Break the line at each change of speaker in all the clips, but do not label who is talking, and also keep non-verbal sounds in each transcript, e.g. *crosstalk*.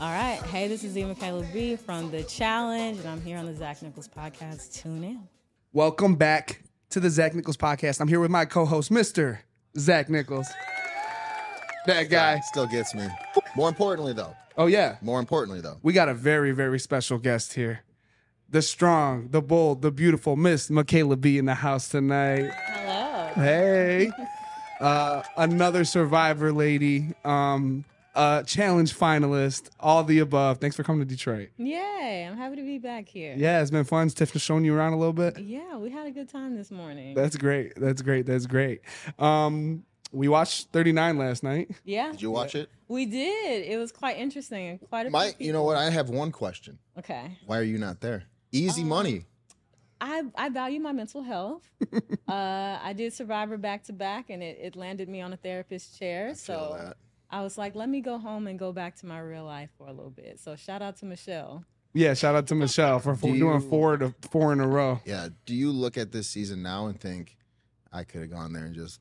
All right. Hey, this is E. Michaela B from The Challenge, and I'm here on the Zach Nichols podcast. Tune in.
Welcome back to the Zach Nichols podcast. I'm here with my co-host, Mr. Zach Nichols. That guy.
Still gets me. More importantly, though.
Oh yeah.
More importantly, though.
We got a very, very special guest here. The strong, the bold, the beautiful Miss Michaela B in the house tonight.
Hello.
Hey. *laughs* Uh, another survivor lady. Um, uh, challenge finalist, all the above. Thanks for coming to Detroit.
Yay. I'm happy to be back here.
Yeah, it's been fun. Tiffany's showing you around a little bit.
Yeah, we had a good time this morning.
That's great. That's great. That's great. Um, we watched 39 last night.
yeah.
Did you watch
*laughs*
it?
We did. It was quite interesting and quite a
My,
few
you know what?
people-
I have one question.
okay.
Why are you not there? Easy
Um,
money.
I, I value my
*laughs*
mental health. uh, I did Survivor back to back, and it, it landed me on a therapist chair.
Feel
so
that.
I was like, let me go home and go back to my real life for a little bit. So shout out to Michelle.
Yeah, shout out to Michelle for for doing
you-
four to four in a row.
Yeah. Do you look at this season now and think I could have gone there and just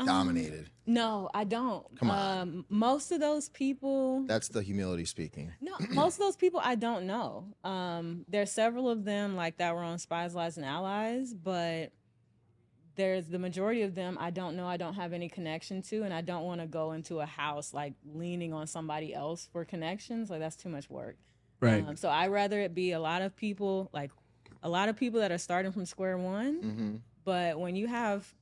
Um,
dominated?
No, I don't.
Come on.
Um, most of those people.
That's the humility speaking.
No, most of those people I don't know. Um, there's several of them like that were on Spies, Lies, and Allies, but there's the majority of them I don't know. I don't have any connection to, and I don't want to go into a house like leaning on somebody else for connections. Like that's too much work.
Right.
Um, so I rather it be a lot of people, like a lot of people that are starting from square one.
Mm-hmm.
But when you have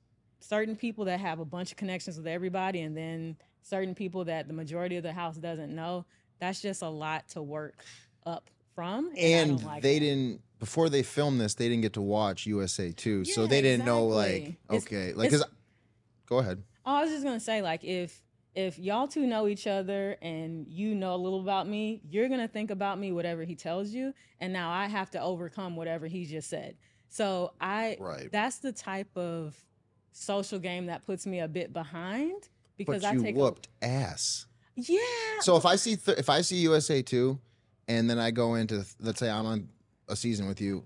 certain people that have a bunch of connections with everybody, and then certain people that the majority of the house doesn't know, that's just a lot to work up from. I
And
don't like
they
that.
didn't. Before they filmed this, they didn't get to watch USA 2, so
Yeah,
they didn't know. Like,
exactly. It's-
okay, like,
it's-
'cause I- go ahead.
I was just gonna say, like, if if y'all two know each other and you know a little about me, you're gonna think about me whatever he tells you, and now I have to overcome whatever he just said. So I,
Right.
that's the type of social game that puts me a bit behind because
But
I
you
take
whooped ass.
A, yeah.
So if I see th- if I see USA two, and then I go into th- let's say I'm on a season with you,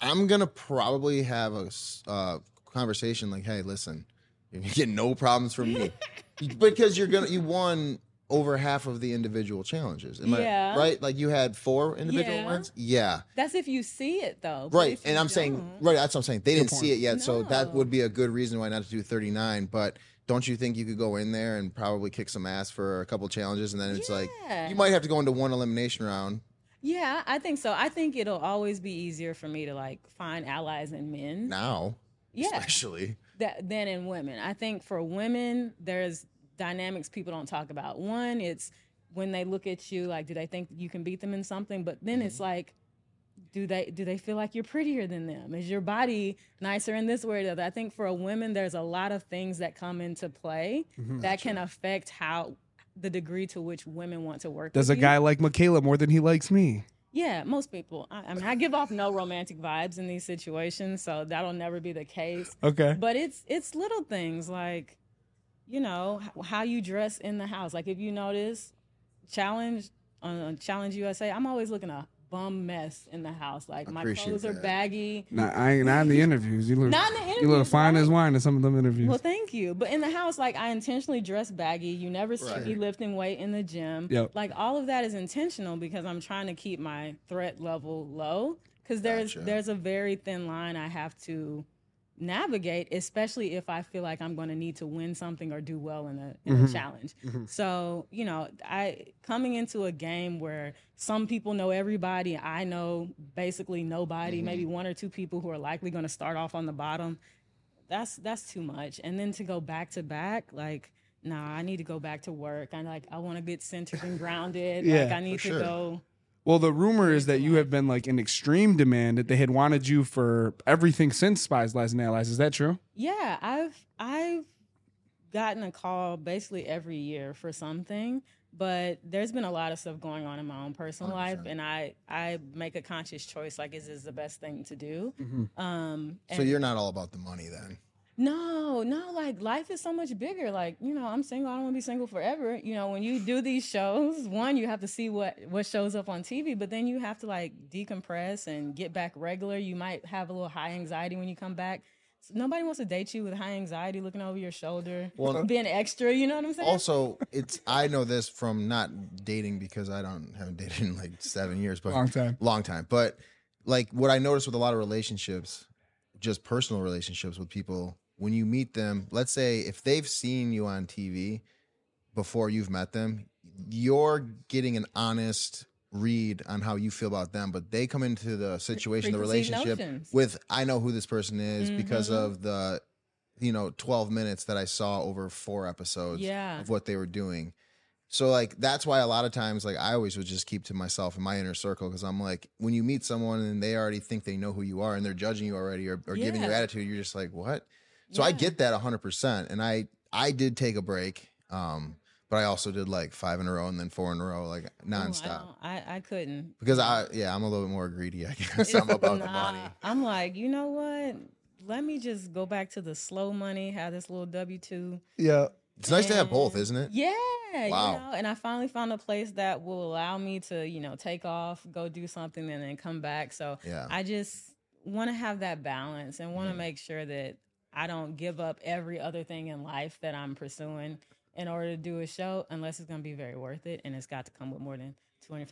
I'm gonna probably have a s- uh, conversation like, hey, listen, *laughs* you get no problems from
*laughs*
me, because you're gonna you won over half of the individual challenges. Am I-
Yeah.
right? Like you had four individual
Yeah.
ones. Yeah.
That's if you see it though. but
Right.
if
And
you
I'm saying,
don't-
right, that's what I'm saying. They didn't see it yet. So that
No.
would be a good reason why not to do 39. But don't you think you could go in there and probably kick some ass for a couple challenges? And then it's
Yeah.
like, you might have to go into one elimination round.
Yeah, I think so. I think it'll always be easier for me to like find allies in men.
now,
yeah.
especially.
that than in women. I think for women, there's dynamics people don't talk about. One, it's when they look at you, like, do they think you can beat them in something? But then
Mm-hmm.
it's like, do they do they feel like you're prettier than them? Is your body nicer in this way or the other? I think for a woman, there's a lot of things that come into play
Mm-hmm.
that can affect how the degree to which women want to work.
Does a
with you.
guy like Michaela more than he likes me?
Yeah, most people. I, I mean, I give off no romantic vibes in these situations, so that'll never be the case
Okay.
but it's it's little things like you know h- how you dress in the house like if you notice challenge on on challenge usa i'm always looking a bum mess in the house like my
Appreciate
clothes are
that.
baggy
Nah, I ain't not in the interviews. You look
Not in the
you look
interviews,
fine
right?
as wine in some of them interviews.
well thank you but in the house like i intentionally dress baggy you never see me
Right.
lifting weight in the gym
Yep.
like all of that is intentional because i'm trying to keep my threat level low because there's
Gotcha.
there's a very thin line i have to navigate, especially if I feel like I'm going to need to win something or do well in a, in a challenge. So, you know, I coming into a game where some people know everybody, I know basically nobody, maybe one or two people who are likely going to start off on the bottom. That's that's too much. And then to go back to back, like, nah, I need to go back to work. I like I want to get centered
*laughs*
and grounded. like
Yeah,
I need to
sure.
go.
Well, the rumor is that you have been like in extreme demand that they had wanted you for everything since Spies, Lies, and Allies. Is that true?
Yeah, I've I've gotten a call basically every year for something, but there's been a lot of stuff going on in my own personal life, and I I make a conscious choice like is this the best thing to do? Um,
Mm-hmm. So you're not all about the money then.
no, no, like life is so much bigger. Like, you know, I'm single, I don't want to be single forever. You know, when you do these shows, one, you have to see what what shows up on TV, but then you have to like decompress and get back regular. You might have a little high anxiety when you come back. S- Nobody wants to date you with high anxiety, looking over your shoulder,
Well-
*laughs* being extra, you know what I'm saying?
Also, it's I know this from not dating because I don't haven't dated in like seven years, but
Long time.
long time. But like what I noticed with a lot of relationships, just personal relationships with people, when you meet them, let's say if they've seen you on TV before you've met them, you're getting an honest read on how you feel about them, but they come into the situation, the
preconceived
relationship
notions. Mm-hmm.
with I know who this person is because of the you know 12 minutes that I saw over four episodes
Yeah.
of what they were doing. So like that's why a lot of times like I always would just keep to myself in my inner circle because I'm like when you meet someone and they already think they know who you are and they're judging you already or, or giving you
Yeah.
attitude you're just like what so I get that 100% and I I did take a break um but I also did like five in a row and then four in a row like
Oh, I
nonstop
don't- I, I couldn't.
because I yeah I'm a little bit more greedy
*laughs*
I guess I'm about the
Nah,
money
I'm like, you know what? Let me just go back to the slow money, have this little W two.
Yeah.
it's nice to have both isn't it
Yeah.
Wow.
You know, and I finally found a place that will allow me to, you know, take off, go do something, and then come back. So
Yeah.
I just want to have that balance and want to make sure that I don't give up every other thing in life that I'm pursuing in order to do a show, unless it's going to be very worth it. And it's got to come with more than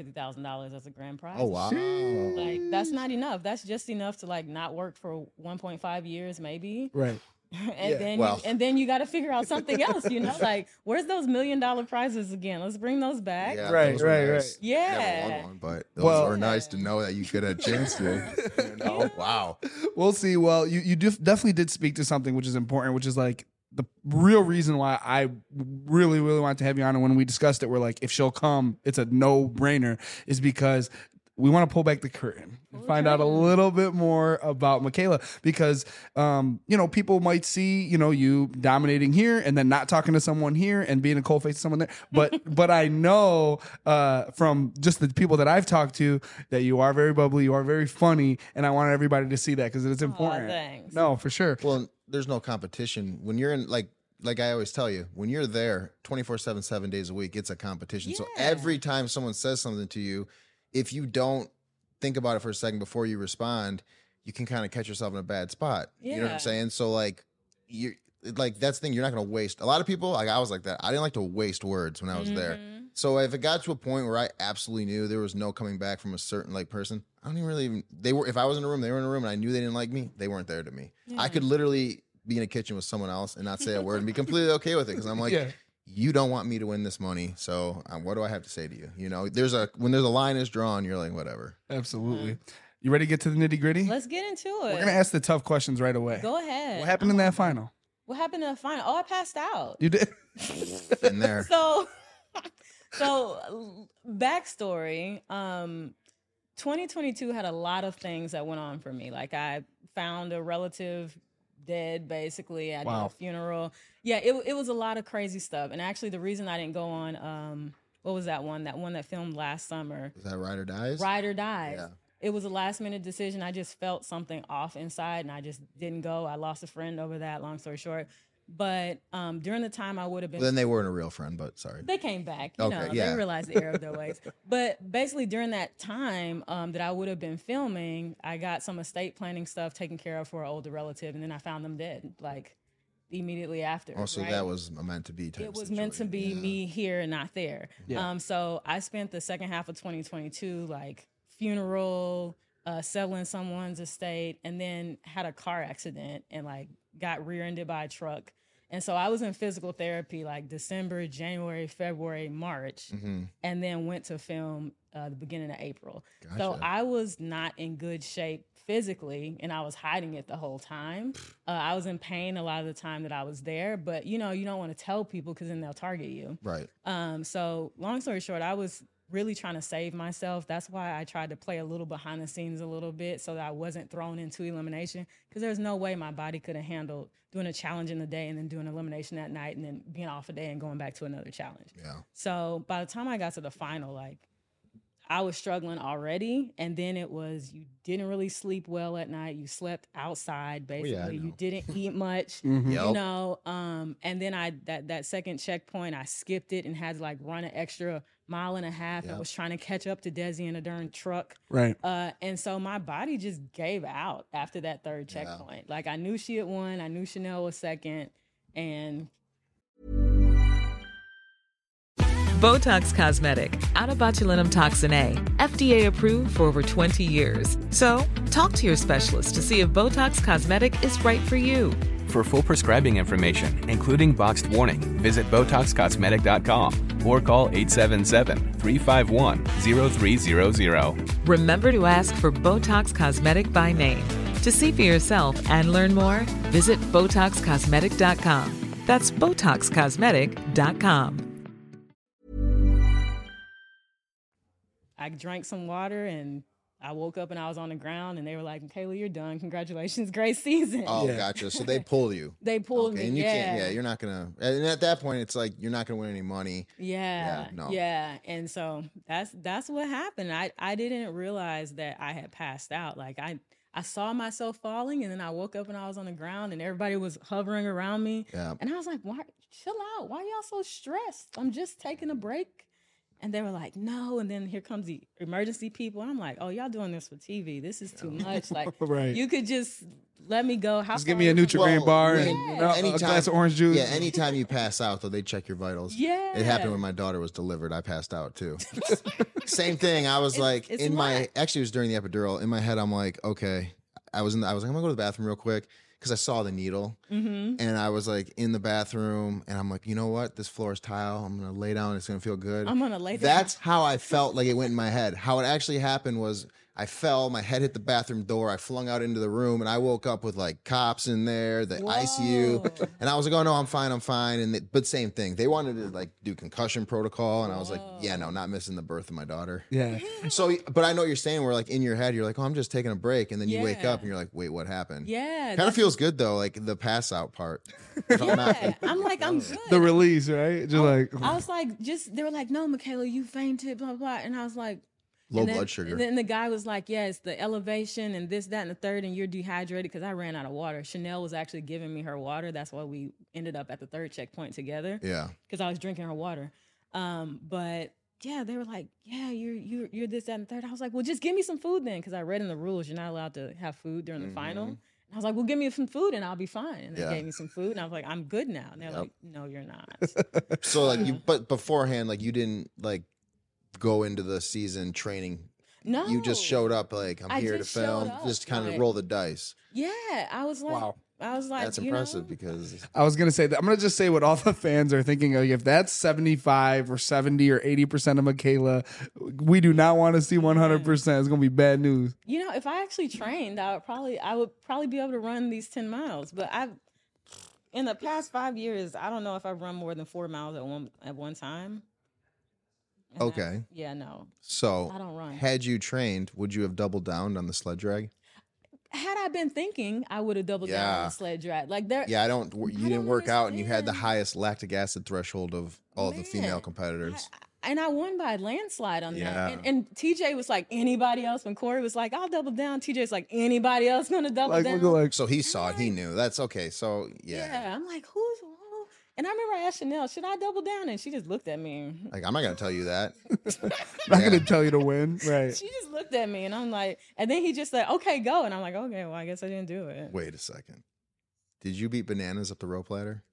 $250,000 as a grand prize.
oh wow
Like, that's not enough. That's just enough to, like, not work for 1.5 years, maybe
Right.
and then you-
well.
and then you got to figure out something else
*laughs*
you know like where's those million dollar prizes again let's bring those back yeah,
Right,
those were
right,
nice.
right.
I never won one, but those
Well-
are nice to know that you could have chanced it. *laughs* You know? Wow.
We'll see. Well, you you def- definitely did speak to something which is important, which is like the real reason why I really really wanted to have you on. And when we discussed it, we're like, if she'll come, it's a no brainer. Is because we want to pull back the curtain and find out a little bit more about Michaela because um, you know people might see you know you dominating here and then not talking to someone here and being a cold face to someone there. But
*laughs*
but I know uh, from just the people that I've talked to that you are very bubbly, you are very funny, and I want everybody to see that because it's important.
thanks.
No, for sure.
Well, there's no competition when you're in like like I always tell you, when you're there 24/7 7 days a week, it's a competition. So
Yeah.
every time someone says something to you, if you don't think about it for a second before you respond, you can kind of catch yourself in a bad spot. You know what
Yeah.
I'm saying? So like you like that's the thing you're not going to waste. A lot of people like I was like that. I didn't like to waste words when I was there. So if it got to a point where I absolutely knew there was no coming back from a certain like person, I don't even really even they were if I was in a room, they were in a room and I knew they didn't like me, they weren't there to me. I could literally be in a kitchen with someone else and not say a word and be completely okay with it because I'm like
Yeah.
you don't want me to win this money, so um, what do I have to say to you? You know, there's a when there's a line is drawn, you're like whatever.
Absolutely. You ready to get to the nitty gritty? We're
Uh-huh. let's get into
going to
it
ask the tough questions right away.
go ahead
What happened in that final?
what happened to the final oh i passed out
You did. *laughs*
In there,
*laughs* so *laughs* so l- backstory um 2022 had a lot of things that went on for me like i found a relative dead basically i did
Wow.
a funeral yeah it, it was a lot of crazy stuff and actually the reason i didn't go on um what was that one that one that filmed last summer
is that ride or dies?
ride or dies.
Yeah.
It was a last minute decision. I just felt something off inside and I just didn't go. I lost a friend over that, long story short. But um, during the time I would have been
Well, then they weren't a real friend, but sorry.
they came back. You
Okay,
know,
yeah.
they realized the error of
*laughs*
their ways. But basically, during that time um, that I would have been filming, I got some estate planning stuff taken care of for an older relative, and then I found them dead, like immediately after.
Also,
right?
Oh, that was a meant to be. Type
it was meant to be
situation.
me here and not there. Um, so I spent the second half of 2022 like funeral, uh, selling someone's estate and then had a car accident and like got rear-ended by a truck. And so I was in physical therapy like December, January, February, March, and then went to film uh, the beginning of April. So I was not in good shape physically, and I was hiding it the whole time. Uh, I was in pain a lot of the time that I was there, but you know, you don't want to tell people because then they'll target you.
Right.
Um, so long story short, I was really trying to save myself. That's why I tried to play a little behind the scenes a little bit so that I wasn't thrown into elimination because there's no way my body could have handled doing a challenge in the day and then doing elimination that night and then being off a day and going back to another challenge.
Yeah.
Mm-hmm.
So by the time I got to the final, like I was struggling already. And then it was you didn't really sleep well at night. You slept outside basically.
Oh, I
you
know. Mm,
didn't
*laughs*
eat much.
Yep.
You know, um, and then I that that second checkpoint I skipped it and had to like run an extra mile and a half and was trying to catch up to Desi in a darn truck.
Right.
Uh, and so my body just gave out after that third checkpoint. Like I knew she had won, I knew Chanel was second, and
Botox Cosmetic, out of botulinum toxin A, FDA approved for over 20 years. So, talk to your specialist to see if Botox Cosmetic is right for you.
For full prescribing information, including boxed warning, visit BotoxCosmetic.com or call 877-351-0300.
Remember to ask for Botox Cosmetic by name. To see for yourself and learn more, visit BotoxCosmetic.com. That's BotoxCosmetic.com.
I drank some water and I woke up and I was on the ground and they were like, Kayla, you're done. Congratulations, *laughs* great season.
Oh,
Yeah.
gotcha. So
*laughs*
they pull you.
They pulled
okay,
me.
and you
yeah.
can't. Yeah, you're not gonna. And at that point, it's like you're not gonna win any money.
Yeah.
Yeah, no.
yeah. And so that's that's what happened. I I didn't realize that I had passed out. Like I I saw myself falling and then I woke up and I was on the ground and everybody was hovering around me.
Yeah.
And I was like, "Why chill out. Why y'all so stressed? I'm just taking a break." And they were like, "No." And then here comes the emergency people. And I'm like, "Oh, y'all doing this for TV. This is too much. Like
Right.
you could just let me go. How
Just give
far
me a
away from-
Nutrigrain bar
when-
and uh, a glass of orange juice.
Yeah, anytime you pass out, though, they check your vitals.
Yeah.
It happened when my daughter was delivered. I passed out
*laughs*
too. Same thing. I was like,
it's
in
a
my
lot.
actually, it was during the epidural. In my head, I'm like, okay. I was in. The, I was like, I'm gonna go to the bathroom real quick because I saw the needle, and I was like in the bathroom, and I'm like, you know what? This floor is tile. I'm gonna lay down. It's gonna feel good.
I'm gonna lay down.
That's how I felt like it went in my head. How it actually happened was I fell, my head hit the bathroom door, I flung out into the room, and I woke up with like cops in there, the ICU, and I was like, "Oh no, I'm fine, I'm fine." And they, but same thing, they wanted to like do concussion protocol, and I was like, "Yeah, no, not missing the birth of my daughter."
*laughs*
yeah.
So, but I know what you're saying. We're like in your head, you're like, "Oh, I'm just taking a break," and then you wake
Yeah.
up and you're like, "Wait, what happened?"
Yeah.
kind of feels good though, like the pass out
*laughs*
part. If I'm not-
yeah. I'm like, I'm good.
The release, right?
Oh.
Just like
I was like, just they were like, no, Michaela, you fainted, blah blah, blah. and I was like,
low
and then-
blood sugar.
And then the guy was like, yeah, it's the elevation and this, that, and the third, and you're dehydrated because I ran out of water. Chanel was actually giving me her water. That's why we ended up at the third checkpoint together *laughs*
yeah,
because I was drinking her water. Um, but yeah, they were like, yeah, you're you're you're this, that, and the third. I was like, well, just give me some food then, because I read in the rules you're not allowed to have food during the final. And I was like, well, give me some food and I'll be fine. And they
Mm-hmm. Yeah.
gave me some food, and I was like, I'm good now. And they're like, no,
*laughs*
you're not.
So like you, but beforehand, like you didn't like go into the season training.
No,
You just showed up like I'm
I
here to
just showed
film,
up,
just kind of
like-
roll the dice.
Yeah, I was like,
Wow.
I was like,
That's
you
impressive
know,
because
I was gonna say that I'm gonna just say what all *laughs* the fans are thinking. Like, if that's 75 or 70 or 80 percent of Michaela, we do not want to see 100. percent It's gonna be bad news.
you know, if I actually trained, I would probably, I would probably be able to run these ten miles. But I've in the past five years, I don't know if I've run more than four miles at one at one time. And I-
Okay.
yeah, no. I don't
so
run.
had you trained, would you have doubled down on the sled drag?
Had I been thinking, I would have doubled down on
Yeah.
the sled drag. Like there,
Yeah, I don't. You
Uh, I
didn't
don't
work out, and you had the
understand.
highest lactic acid threshold of all the female
Man,
competitors.
and I won by a landslide on
Yeah.
that. And, and TJ was like, anybody else? When Corey was like, I'll double down. TJ's like, anybody else going to double
Like,
down?
we're
*laughs*
like,
so he saw it. He knew. That's okay. So
Yeah.
yeah.
I'm like, who's who? And I remember I asked Chanel, should I double down? And she just looked at me.
Like I'm not gonna tell you that.
not gonna tell you to
*laughs*
win, right?
*laughs* She just looked at me, and I'm like, and then he just said, okay, go. And I'm like, okay, well, I guess I didn't do it.
Wait a second. Did you beat bananas up the rope ladder?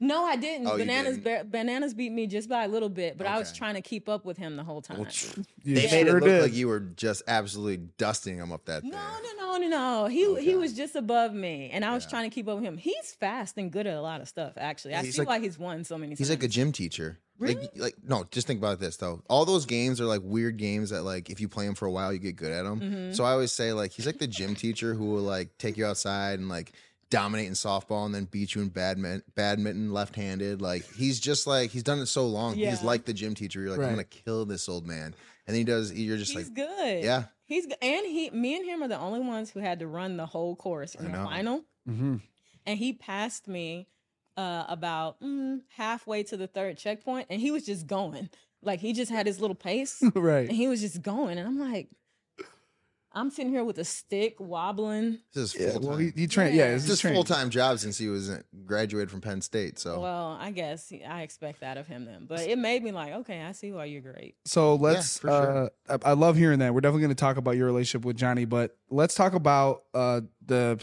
No, I didn't.
Oh, you
Bananas
didn't.
ba- Bananas beat me just by a little bit, but I was
Okay.
trying to keep up with him the whole time.
Well, tch,
You
they made it
sure
look
did.
like you were just absolutely dusting him up that thing.
No, no, no, no, no. He
Okay.
he was just above me, and I was
Yeah.
trying to keep up with him. He's fast and good at a lot of stuff. Actually, I
He's
see
like-
why he's won so many.
He's
times.
like a gym teacher.
Really?
Like, like no, just think about this though. All those games are like weird games that like if you play them for a while you get good at them.
Mm-hmm.
So I always say like he's like the gym teacher who will like take you outside and like dominate in softball and then beat you in badminton, badminton left-handed. Like he's just like he's done it so long.
Yeah.
He's like the gym teacher. You're like
Right.
I'm gonna kill this old man, and then he does. You're just
He's
like
good.
yeah.
He's g- and he me and him are the only ones who had to run the whole course in the
know.
final,
Mhm.
and he passed me uh, about mm, halfway to the third checkpoint, and he was just going like he just had his little
*laughs*
pace,
*laughs*
and
Right.
he was just going, and I'm like, I'm sitting here with a stick wobbling.
this is
Yeah.
full time.
Well, he, he trained. Yeah,
Yeah.
it's
It's his
just
full
full time.
time job since he was in- graduated from Penn State. So
Well, I guess he- I expect that of him then, but it made me like, okay, I see why you're great.
So let's.
for sure.
uh, I, I love hearing that. We're definitely going to talk about your relationship with Johnny, but let's talk about uh, the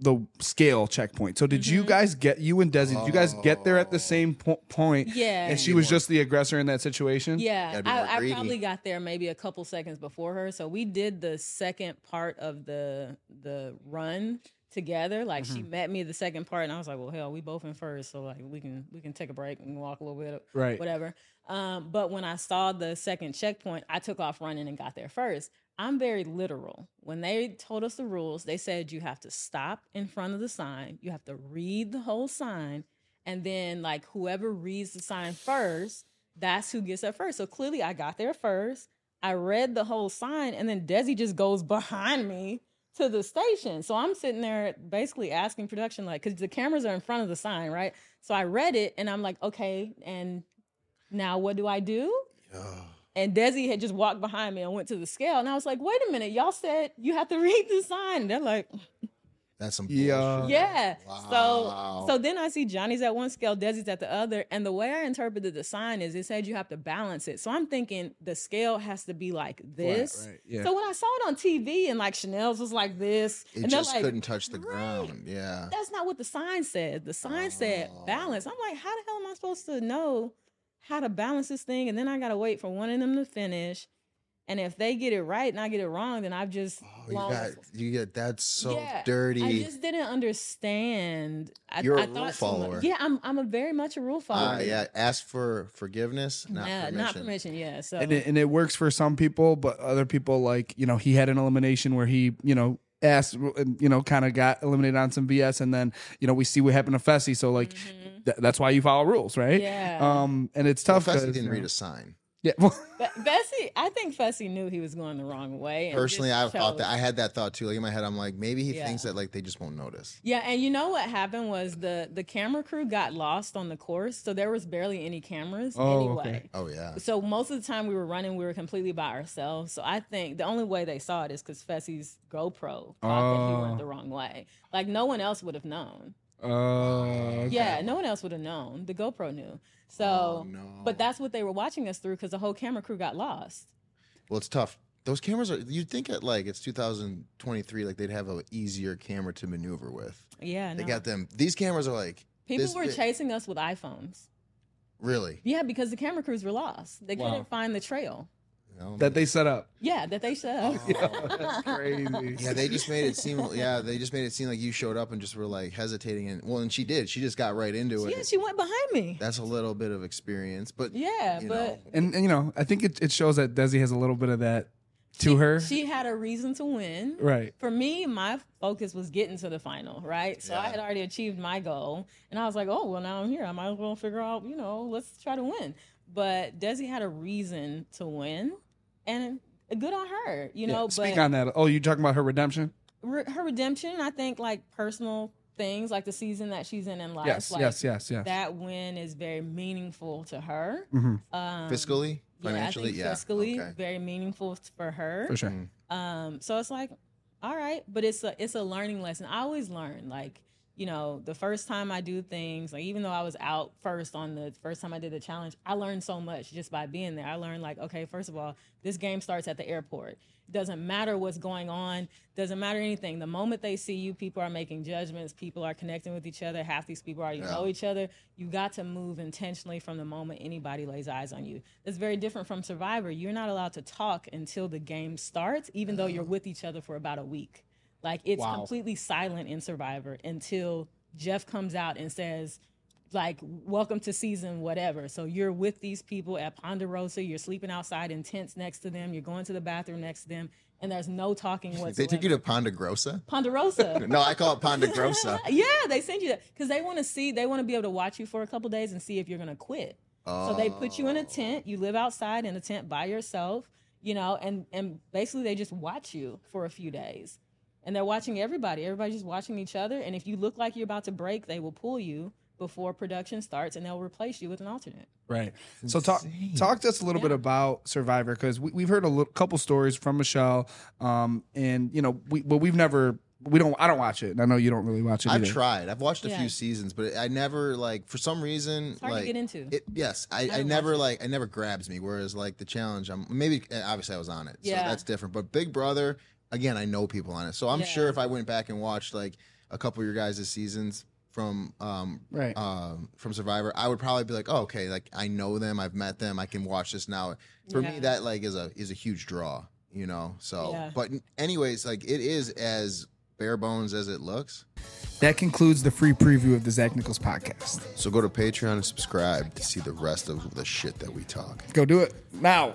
the scale checkpoint. So did you
Mhm.
guys get you and Desi? Did you guys get there
Oh.
at the same po- point?
Yeah.
And she was just the aggressor in that situation.
Yeah,
Gotta be more
I, I
greedy.
probably got there maybe a couple seconds before her. So we did the second part of the the run together. Like she
Mm-hmm.
met me the second part, and I was like, "Well, hell, we both in first, so like we can we can take a break and walk a little bit,
Right.
whatever." Um, but when I saw the second checkpoint, I took off running and got there first. I'm very literal. When they told us the rules, they said you have to stop in front of the sign, you have to read the whole sign, and then like whoever reads the sign first that's who gets there first. So clearly, I got there first. I read the whole sign, and then Desi just goes behind me to the station. So I'm sitting there basically asking production, like, because the cameras are in front of the sign, right? So I read it, and I'm like, okay, and now what do I do? And Desi had just walked behind me and went to the scale, and I was like, wait a minute, y'all said you have to *laughs* read the sign. They're like,
that's some
Yeah.
bullshit.
yeah.
Wow.
So so then I see Johnny's at one scale, Desi's at the other. And the way I interpreted the sign is it said you have to balance it. So I'm thinking the scale has to be like this.
right, yeah.
So when I saw it on TV and like Chanel's was like this,
It
and they're
just
like,
couldn't touch the
"Right,
ground. Yeah.
That's not what the sign said. The sign said
Oh.
balance. I'm like, how the hell am I supposed to know how to balance this thing? And then I gotta wait for one of them to finish. And if they get it right and I get it wrong, then I've just
Oh, you
blown
got
a
you get that's so
Yeah, I
dirty.
just didn't understand. I,
You're a
I
rule
thought too
follower.
much. Yeah, I'm. I'm a very much a rule follower.
Uh, yeah, ask for forgiveness, not
Yeah,
permission.
not permission. Yeah. So
and it, and it works for some people, but other people like you know he had an elimination where he you know asked and, you know kind of got eliminated on some BS, and then you know we see what happened to Fessy. So like th- that's why you follow rules, right?
Mm-hmm. Yeah.
Um, and it's
Well,
tough.
Fessy
'cause,
didn't
you
read
know-
a sign.
Yeah. *laughs* well,
Be- Bessie, I think Fessy knew he was going the wrong way. and
Personally,
just
I thought that
chose-
I had that thought too. Like in my head, I'm like, maybe he
Yeah.
thinks that like they just won't notice.
Yeah, and you know what happened was the the camera crew got lost on the course, so there was barely any cameras
Oh,
anyway.
okay.
Oh yeah,
So most of the time we were running, we were completely by ourselves. So I think the only way they saw it is because Fessy's GoPro thought that he
Oh.
went the wrong way. Like no one else would have known.
Uh,
Yeah, no one else would have known. The GoPro knew. So,
Oh,
but that's what they were watching us through because the whole camera crew got lost.
well, it's tough. Those cameras are. You'd think at like it's 2023, like they'd have an easier camera to maneuver with.
Yeah,
They
no.
got them. These cameras are like
people
this
were
big.
chasing us with iPhones.
Really?
Yeah, because the camera crews were lost. They
Wow.
couldn't find the trail.
No,
that they set
*laughs*
up.
Yeah, that they shut up.
Oh.
That's crazy.
Yeah, they just made it seem. Yeah, they just made it seem like you showed up and just were like hesitating. And well, and she did. She just got right into it.
Yeah, she went behind me.
That's a little bit of experience, but
Yeah,
you
but
know,
*laughs* And, and you know, I think it, it shows that Desi has a little bit of that to her.
she had a reason to win.
right.
for me, my focus was getting to the final, right? So I
Yeah.
had already achieved my goal, and I was like, oh, well, now I'm here. I might as well figure out, you know, let's try to win. But Desi had a reason to win, and good on her, you know.
Yeah.
But
Speak on that. Oh, you talking about her redemption?
re- her redemption, I think, like personal things, like the season that she's in in life,
Yes,
like
yes, yes, Mm-hmm, yes.
that win is very meaningful to her. Um,
fiscally,
yeah, I think
financially, yeah,
fiscally,
okay.
very meaningful for her.
For sure.
Um, so it's like, all right, but it's a it's a learning lesson. I always learn like you know, the first time I do things, like even though I was out first on the first time I did the challenge, I learned so much just by being there. I learned like, okay, first of all, this game starts at the airport. Doesn't matter what's going on, doesn't matter anything. The moment they see you, people are making judgments, people are connecting with each other, half these people already know each other. You got to move intentionally from the moment anybody lays eyes on you. It's very different from Survivor. You're not allowed to talk until the game starts, even though you're with each other for about a week. Like it's completely silent in Survivor until Jeff comes out and says, like, welcome to season whatever. So you're with these people at Ponderosa, you're sleeping outside in tents next to them, you're going to the bathroom next to them, and there's no talking whatsoever.
They took you to Ponderosa? *laughs*
Ponderosa.
No, I call it
*laughs*
Ponderosa.
yeah, they send you that because they want to see, they want to be able to watch you for a couple days and see if you're going to quit. So they put you in a tent. You live outside in a tent by yourself, you know, and and basically they just watch you for a few days, and they're watching everybody. Everybody's just watching each other. And if you look like you're about to break, they will pull you before production starts, and they'll replace you with an alternate.
Right. So talk talk to us a little bit about Survivor because we, we've heard a little, couple stories from Michelle, um, and you know, we but we've never we don't I don't watch it, and I know you don't really watch it.
I've
either.
tried. I've watched a
Yeah.
few seasons, but I never like for some reason
hard to
like
get into.
It, yes, I, I,
don't
never
watch it.
like it never grabs me. Whereas like the challenge, I'm maybe eh, obviously I was on it, so
Yeah.
that's different. But Big Brother, again, I know people on it, so I'm
Yeah.
sure if I went back and watched like a couple of your guys' seasons from um
Right.
um from Survivor, I would probably be like, oh, okay, like I know them, I've met them, I can watch this now. For me,
Yeah.
that like is a is a huge draw, you know. So,
Yeah.
but anyways, like it is as bare bones as it looks.
That concludes the free preview of the Zach Nichols podcast.
So go to Patreon and subscribe to see the rest of the shit that we talk.
Go do it now.